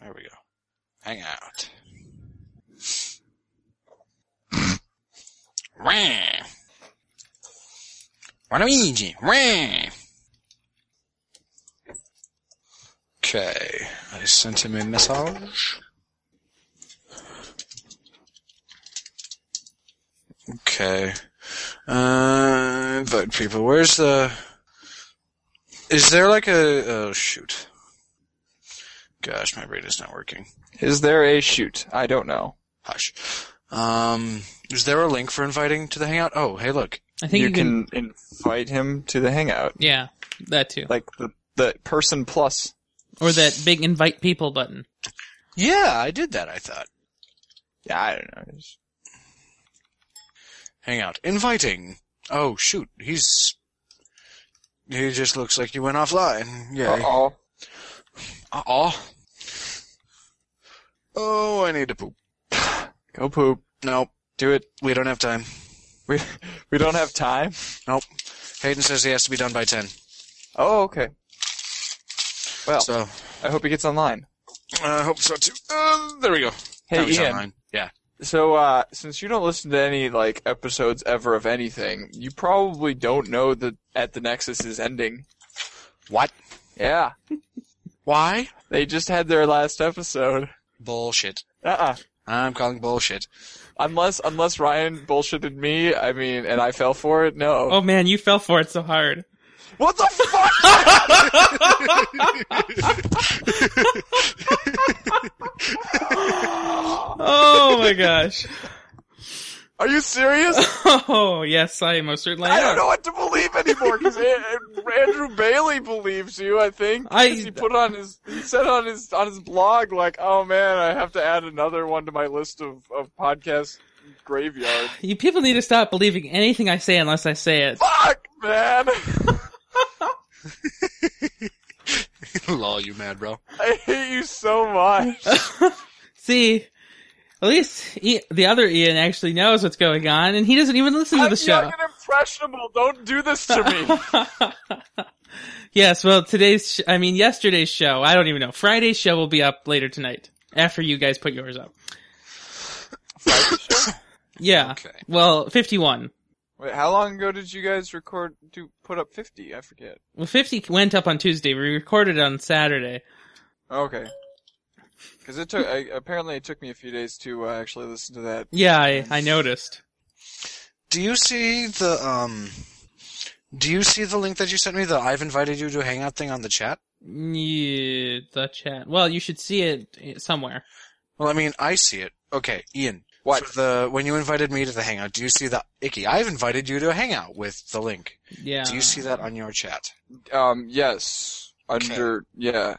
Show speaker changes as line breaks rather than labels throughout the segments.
There we go. Hang out. Wah! Waluigi! Wah! Okay, I sent him a message. Okay. Uh, vote people. Where's the? Is there like a? Oh shoot! Gosh, my brain is not working.
Is there a shoot? I don't know.
Hush. Um, is there a link for inviting to the hangout? Oh, hey, look.
I think
you, can, invite him to the hangout,
Yeah, that too.
like the the person plus.
Or that big invite people button.
Yeah, I did that. I thought.
Yeah, I don't know. It's-
Hangout. Inviting. Oh shoot, he's. He just looks like he went offline. Yeah.
Uh-oh.
Uh oh. Oh, I need to poop.
Go poop.
Nope,
Do it.
we don't have time.
We we don't have time.
Nope. Hayden says he has to be done by 10.
Oh, okay. Well,
So,
I hope he gets online.
I hope so too. Uh, there we go.
Hey,
That was
Ian.
online. Yeah.
So, uh, since you don't listen to any like episodes ever of anything, you probably don't know that at the Nexus is ending.
What?
Yeah,
Why?
they just had their last episode.
Bullshit.
Uh-uh.
I'm calling bullshit.
Unless unless Ryan bullshitted me, I mean, and I fell for it. No.
Oh man, you fell for it so hard.
What the fuck?
Oh my gosh.
Are you serious?
Oh yes, I most certainly
I don't
am.
know what to believe anymore because Andrew Bailey believes you. I think 'Cause
I-
he put on his he said on his on his blog like, "Oh man, I have to add another one to my list of of podcast graveyard."
You people need to stop believing anything I say unless I say it.
Fuck, man!
Lol, you mad, bro.
I hate you so much.
See, at least I the other Ian actually knows what's going on, and he doesn't even listen to
I'm
the show.
young and impressionable. Don't do this to me.
yes, well, today's, sh- I mean, yesterday's show, I don't even know. Friday's show will be up later tonight after you guys put yours up. Yeah.
Okay.
Well, 51.
Wait, how long ago did you guys record to put up fifty? I forget.
Well, 50 went up on Tuesday. We recorded it on Saturday.
Okay. Because it took I, apparently it took me a few days to uh, actually listen to that.
Yeah, I, I noticed.
Do you see the, um, do you see the link that you sent me, the I've invited you to hangout thing on the chat?
Yeah, the chat. Well, you should see it eh, somewhere.
Well, I mean, I see it. Okay, Ian.
What?
for the, when you invited me to the hangout, do you see the, Icky, I've invited you to a hangout with the link.
Yeah.
Do you see that on your chat?
Um, yes. Under, yeah.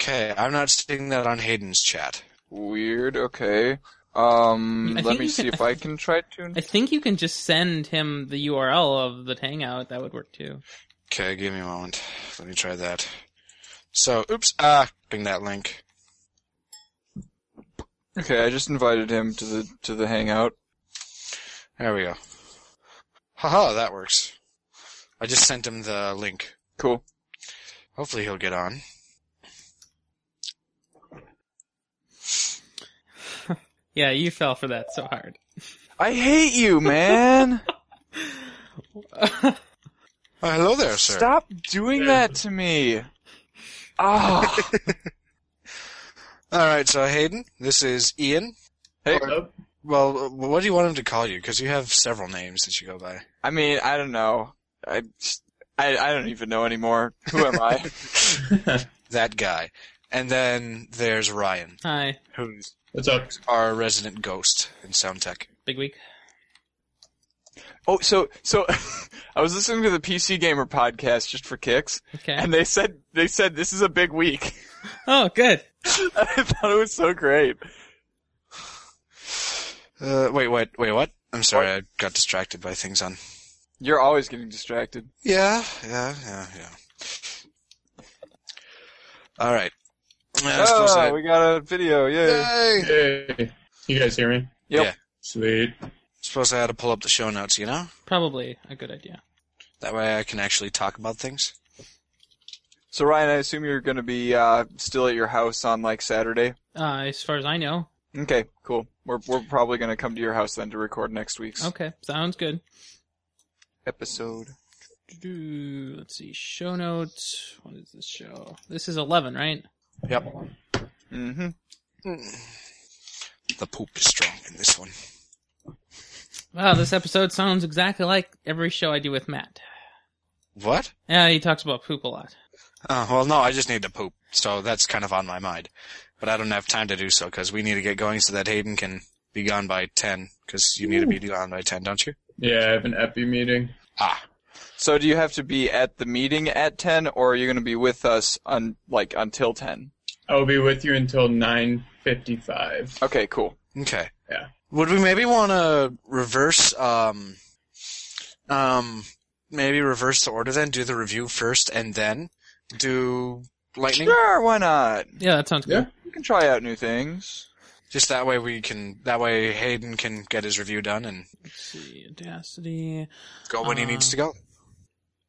Okay, I'm not seeing that on Hayden's chat.
Weird, okay. Um,
I
let
think
me
you
see
can-
if I can try to.
I think you can just send him the URL of the Hangout. That would work too.
Okay, give me a moment. Let me try that. So, oops, ah, ping that link.
Okay, I just invited him to the, to the hangout.
There we go. Haha, that works. I just sent him the link.
Cool.
Hopefully he'll get on.
Yeah, you fell for that so hard.
I hate you, man!
Oh, hello there, sir.
Stop doing that to me! Ah!
Alright, so Hayden, this is Ian.
hey,
Well, uh, what do you want him to call you? Because you have several names that you go by.
I mean, I don't know. I, just- I, I don't even know anymore. Who am I?
That guy. And then there's Ryan,
Hi,
who's
What's up?
our resident ghost in sound tech.
big week.
Oh, so, so, I was listening to the PC Gamer podcast just for kicks,
Okay.
and they said, they said this is a big week.
oh, good.
I thought it was so great.
Uh, wait, wait, wait, what? I'm sorry, I got distracted by things on
You're always getting distracted.
Yeah, yeah, yeah, yeah. All right. Yeah, that's close
Oh,
enough.
we got a video, yay.
Yay!
Hey, you guys hear me?
Yep.
Yeah.
Sweet.
Suppose I had to pull up the show notes, you know?
Probably a good idea.
That way I can actually talk about things.
So Ryan, I assume you're going to be uh, still at your house on like Saturday.
Uh, as far as I know.
Okay, cool. We're we're probably going to come to your house then to record next week's
Okay, sounds good.
episode.
Do-do. Let's see, show notes. What is this show? This is 11, right?
Yep. Mm-hmm.
Hmm. The poop is strong in this one.
Wow, this episode sounds exactly like every show I do with Matt.
What?
Yeah, he talks about poop a lot.
Oh, well, no, I just need to poop, so that's kind of on my mind. But I don't have time to do so because we need to get going so that Hayden can be gone by 10 because you need to be gone by 10, don't you?
Yeah, I have an epi meeting.
Ah,
So do you have to be at the meeting at ten, or are you going to be with us on like until ten?
I'll be with you until nine fifty-five.
Okay, cool.
okay.
Yeah.
Would we maybe want to reverse, um, um, maybe reverse the order then? Do the review first and then do lightning?
Sure, why not?
Yeah, that sounds good.
We can try out new things.
Just that way we can, that way Hayden can get his review done and
Let's see, Audacity.
go when he
Uh.
needs to go.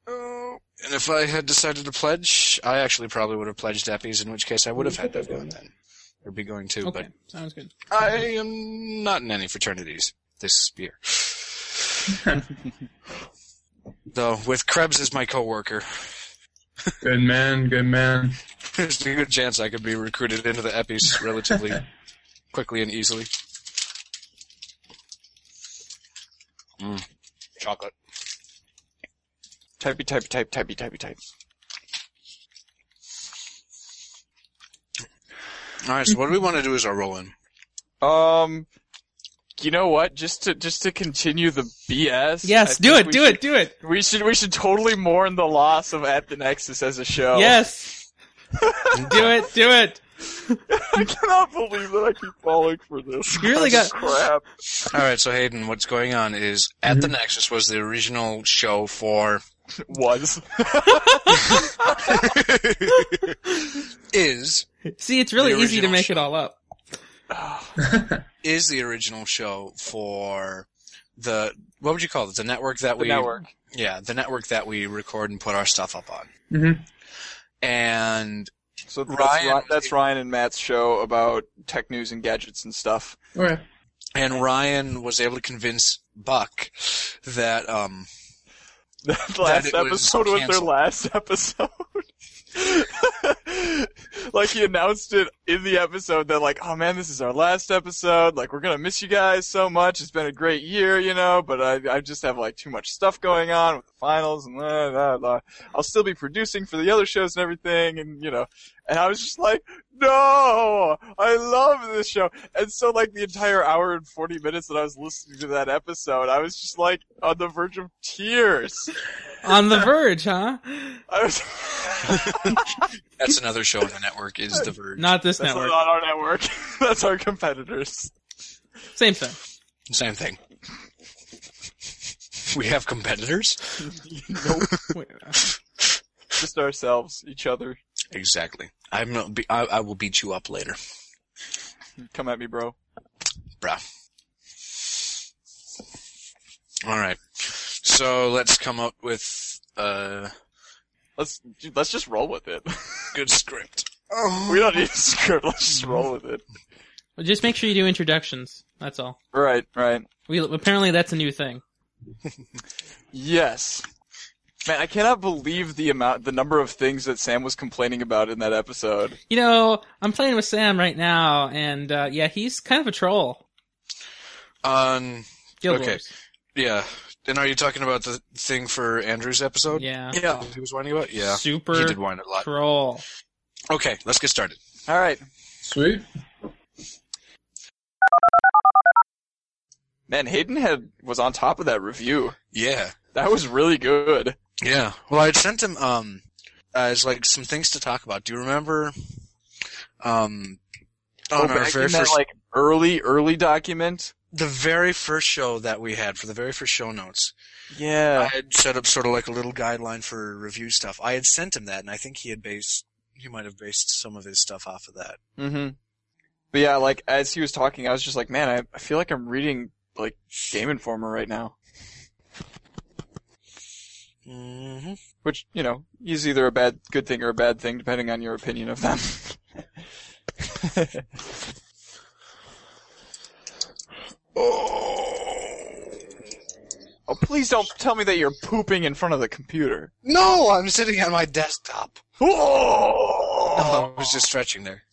Oh, and if I had decided to pledge, I actually probably would have pledged Eppies, in which case I would have had to have gone then. Or be going to,
Okay, sounds good.
but I am not in any fraternities this year. Though, with Krebs as my coworker,
Good man, good man.
there's a good chance I could be recruited into the Eppies relatively quickly and easily. Mm, chocolate.
Typey, typey, type, typey, typey, type.
Alright, so what we want to do is our roll in.
Um, you know what? Just to just to continue the BS.
Yes,
I
do
think
it,
we
do
should-
it, do it.
We should we should totally mourn the loss of At the Nexus as a show.
Yes, do it, do it.
I cannot believe that I keep falling for this.
You really got-
crap.
All right, so Hayden, what's going on is at
Mm-hmm.
the Nexus was the original show for
Was
is
See, it's really
The
easy to
original
make
show.
it all up.
is the original show for the what would you call it? The network that
the
we
network?
yeah the network that we record and put our stuff up on.
Mm-hmm.
Mhm.
And
So that's,
Ryan-
Ryan, that's Ryan and Matt's show about tech news and gadgets and stuff.
Okay.
and Ryan was able to convince Buck that um
That
it was
last episode was, their
canceled.
last episode. like he announced it in the episode that like, oh man, this is our last episode. Like we're gonna miss you guys so much. It's been a great year, you know, but I I just have like too much stuff going on with the finals and blah, blah, blah. I'll still be producing for the other shows and everything, and you know. And I was just like, no, I love this show. And so like the entire hour and 40 minutes that I was listening to that episode, I was just like on the verge of tears.
On the verge, huh?
I was
that's another show on the network is the Verge.
Not this
That's
network.
not our network. That's our competitors.
Same thing.
Same thing. We have competitors.
nope.
Wait, uh,
Just ourselves, each other.
Exactly. I'm not. Be, I, I will beat you up later,
Come at me, bro.
bruh. All right. So let's come up with a
Let's let's just roll with it.
good script.
we don't need a script. Let's just roll with it.
well, Just make sure you do introductions. That's all.
Right, right.
We apparently that's a new thing.
Yes. Man, I cannot believe the amount, the number of things that Sam was complaining about in that episode.
You know, I'm playing with Sam right now, and uh, yeah, he's kind of a troll.
Um.
Guild
Okay.
Wars.
Yeah. And are you talking about the thing for Andrew's episode?
Yeah.
Yeah.
He was whining about. Yeah.
Super
He did whine a lot.
troll.
Okay. Let's get started.
All right,
Sweet.
man. Hayden had was on top of that review.
Yeah.
That was really good.
Yeah. Well, I had sent him um as like some things to talk about. Do you remember? Um. On
Go
our
Oh, back
very
in that,
first
like early, early document.
the very first show that we had for the very first show notes, I
Yeah.
had set up sort of like a little guideline for review stuff. I had sent him that, and I think he had based he might have based some of his stuff off of that.
Mm-hmm. But yeah, like as he was talking, I was just like, man, I, I feel like I'm reading like Game Informer right now.
Mm-hmm.
which you know is either a bad good thing or a bad thing depending on your opinion of them.
Oh.
oh, please don't tell me that you're pooping in front of the computer.
No, I'm sitting on my desktop.
Oh!
Oh, I was just stretching there.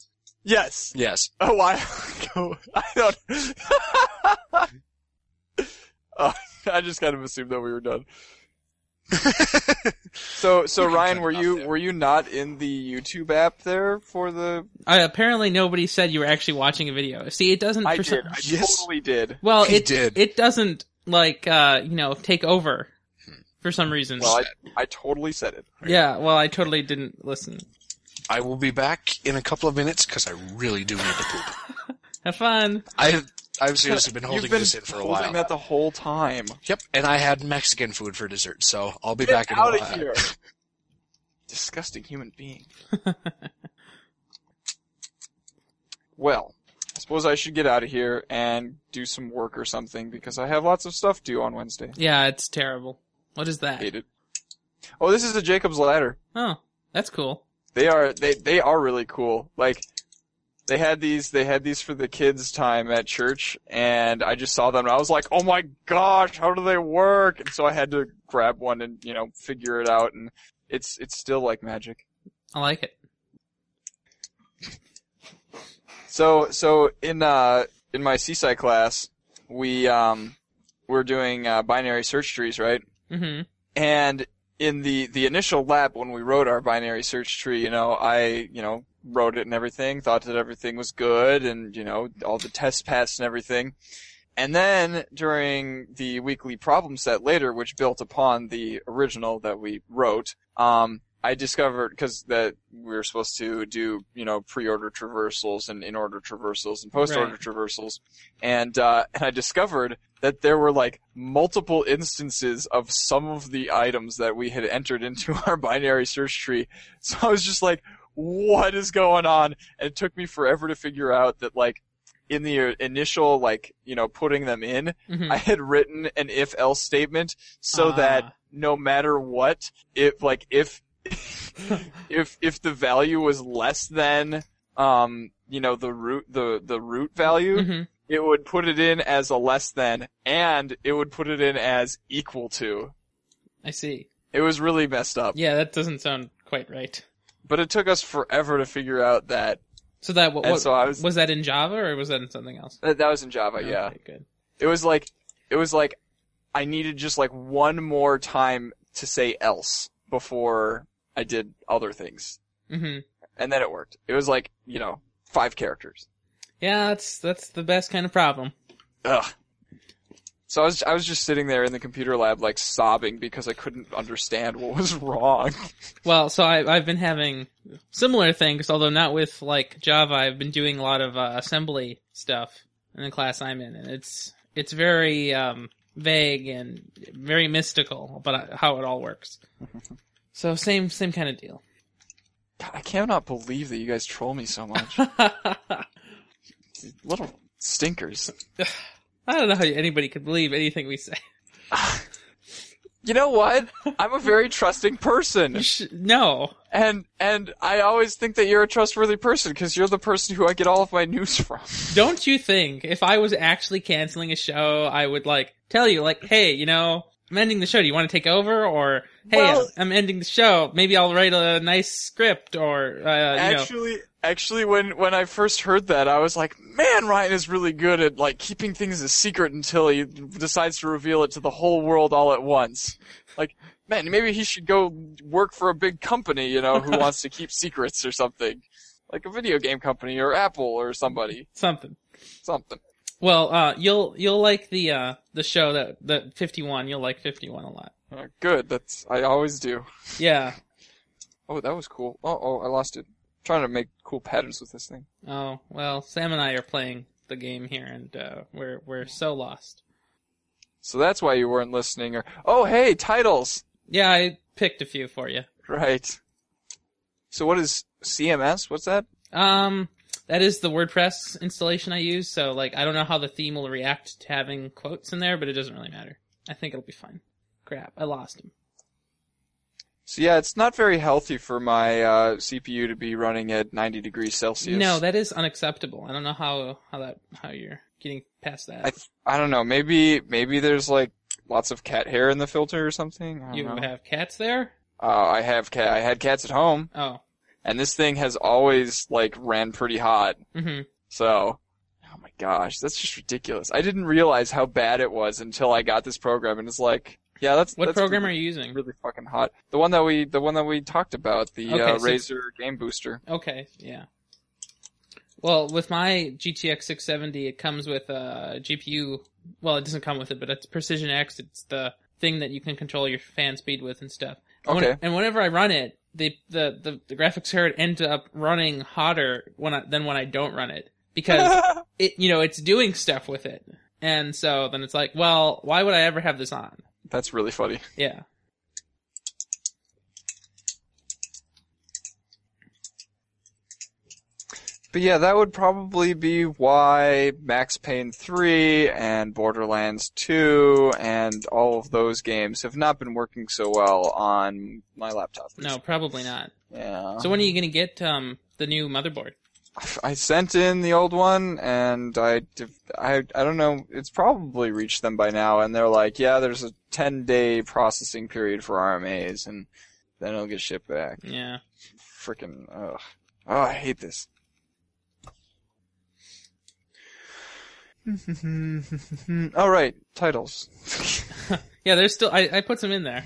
Yes,
Yes.
a while ago. Oh, I don't. oh, I just kind of assumed that we were done. so, so
You can
Ryan,
cut
were
it off
you
there.
were you not in the YouTube app there for the?
Uh, apparently, nobody said you were actually watching a video. See, it doesn't.
I
for some-
did. I
Yes.
totally did.
well,
He
it
did.
It doesn't like uh, you know take over for some reason.
Well, I, I totally said it.
yeah. Well, I totally didn't listen.
I will be back in a couple of minutes because I really do need to poop.
Have fun.
I've I've seriously been holding
You've been
this in for a
holding
while.
that the whole time.
Yep, and I had Mexican food for dessert, so I'll be
Get
back in
out
a while.
of here. Disgusting human being. well, I suppose I should get out of here and do some work or something because I have lots of stuff due on Wednesday.
Yeah, it's terrible. What is that?
Hate it. Oh, this is the Jacob's Ladder.
Oh, that's cool.
They are they they are really cool. Like they had these they had these for the kids time at church and I just saw them and I was like, "Oh my gosh, how do they work?" And so I had to grab one and, you know, figure it out and it's it's still like magic.
I like it.
So so in uh in my CSI class, we um we're doing uh, binary search trees, right?
Mm-hmm.
And in the the initial lab when we wrote our binary search tree, you know, I you know wrote it and everything, thought that everything was good, and you know all the tests passed and everything. And then during the weekly problem set later, which built upon the original that we wrote, um, I discovered because that we were supposed to do you know pre-order traversals and in-order traversals and post-order
Right.
traversals, and uh, and I discovered that there were like multiple instances of some of the items that we had entered into our binary search tree. So I was just like, what is going on? And it took me forever to figure out that like in the initial like you know putting them in,
Mm-hmm.
I had written an if else statement so that
Ah.
no matter what, if like if if if the value was less than um you know the root the the root value,
hmm
it would put it in as a less than and it would put it in as equal to.
I see.
It was really messed up.
Yeah, that doesn't sound quite right.
But it took us forever to figure out that
So that what,
and
what-
so I was
was that in Java or was that in something else?
that, that was in Java, yeah.
Okay, good.
It was like it was like I needed just like one more time to say else before I did other things.
Mm-hmm.
And then it worked. It was like, you know, five characters.
Yeah, that's that's the best kind of problem.
Ugh. So I was I was just sitting there in the computer lab like sobbing because I couldn't understand what was wrong.
Well, so I, I've been having similar things, although not with like Java. I've been doing a lot of uh, assembly stuff in the class I'm in, and it's it's very um, vague and very mystical about how it all works. So same same kind of deal.
God, I cannot believe that you guys troll me so much.
I
Little stinkers.
don't know how anybody could believe anything we say.
You know what? I'm a very trusting person.
You sh- no,
And and I always think that you're a trustworthy person because you're the person who I get all of my news from.
don't you think if I was actually canceling a show, I would like tell you like, hey, you know, I'm ending the show. Do you want to take over? Or hey,
Well-
I'm, I'm ending the show. Maybe I'll write a nice script or uh, you know.
actually, actually, when when I first heard that, I was like, man, Ryan is really good at like keeping things a secret until he decides to reveal it to the whole world all at once. Like, man, maybe he should go work for a big company, you know, who wants to keep secrets or something, like a video game company or Apple or somebody,
something.
something.
Well, uh, you'll you'll like the uh, the show that that 51. You'll like 51 a lot.
Uh, good, that's I always do.
Yeah.
Oh, that was cool. Oh, oh, I lost it. trying to make cool patterns with this thing.
Oh well, Sam and I are playing the game here, and uh, we're we're so lost.
So that's why you weren't listening. Or oh, hey, titles.
Yeah, I picked a few for you.
Right. So what is CMS? What's that?
Um, that is the WordPress installation I use. So like, I don't know how the theme will react to having quotes in there, but it doesn't really matter. I think it'll be fine. Crap, I lost him.
So yeah, it's not very healthy for my uh, CPU to be running at 90 degrees Celsius.
No, that is unacceptable. I don't know how how that how you're getting past that.
I th- I don't know. Maybe maybe there's like lots of cat hair in the filter or something. I don't
you
know.
have cats there?
Uh, I have cat. I had cats at home,
Oh,
and this thing has always like ran pretty hot.
hmm
So, oh my gosh, that's just ridiculous. I didn't realize how bad it was until I got this program, and it's like, yeah, that's
What
that's
program
really,
are you using?
Really fucking hot. The one that we the one that we talked about, the
Okay,
uh,
so-
Razer Game Booster.
Okay, yeah. Well, with my GTX 670, it comes with uh, a GPU. Well, it doesn't come with it, but it's Precision X. It's the thing that you can control your fan speed with and stuff. And when-
Okay.
and whenever I run it, the the the, the graphics card ends up running hotter when I, than when I don't run it because it you know it's doing stuff with it, and so then it's like, well, why would I ever have this on?
that's really funny.
Yeah.
But yeah, that would probably be why Max Payne 3 and Borderlands 2 and all of those games have not been working so well on my laptop.
No, probably not.
Yeah.
So when are you gonna get um the new motherboard?
I sent in the old one, and I, div- I, I don't know. It's probably reached them by now, and they're like, yeah, there's a 10 day processing period for RMAs, and then it'll get shipped back.
Yeah.
Freaking, ugh. Oh, I hate this. All right, titles.
Yeah, there's still I, I put some in there.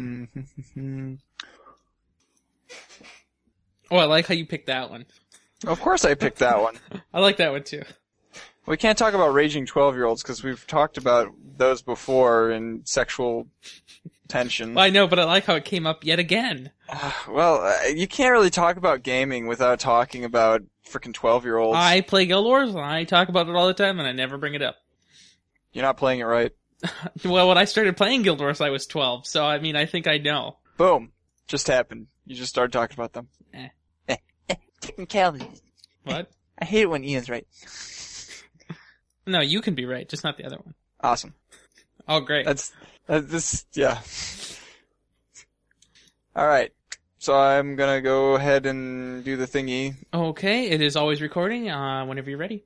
of
Oh, I like how you picked that one.
course, I picked that one.
I like that one too.
We can't talk about raging 12 year olds because we've talked about those before in sexual tension.
Well, I know, but I like how it came up yet again.
Ah, well, uh, you can't really talk about gaming without talking about freaking 12 year olds.
I play Guild Wars and I talk about it all the time and I never bring it up.
You're not playing it right.
Well, when I started playing Guild Wars, I was 12, so I mean, I think I know.
Boom. Just happened. You just started talking about them.
Eh.
Technicalities.
What?
I hate it when Ian's right.
No, you can be right, just not the other one.
Awesome.
Oh, great.
That's, that, this, yeah. Alright. So I'm gonna go ahead and do the thingy.
Okay, it is always recording uh, whenever you're ready.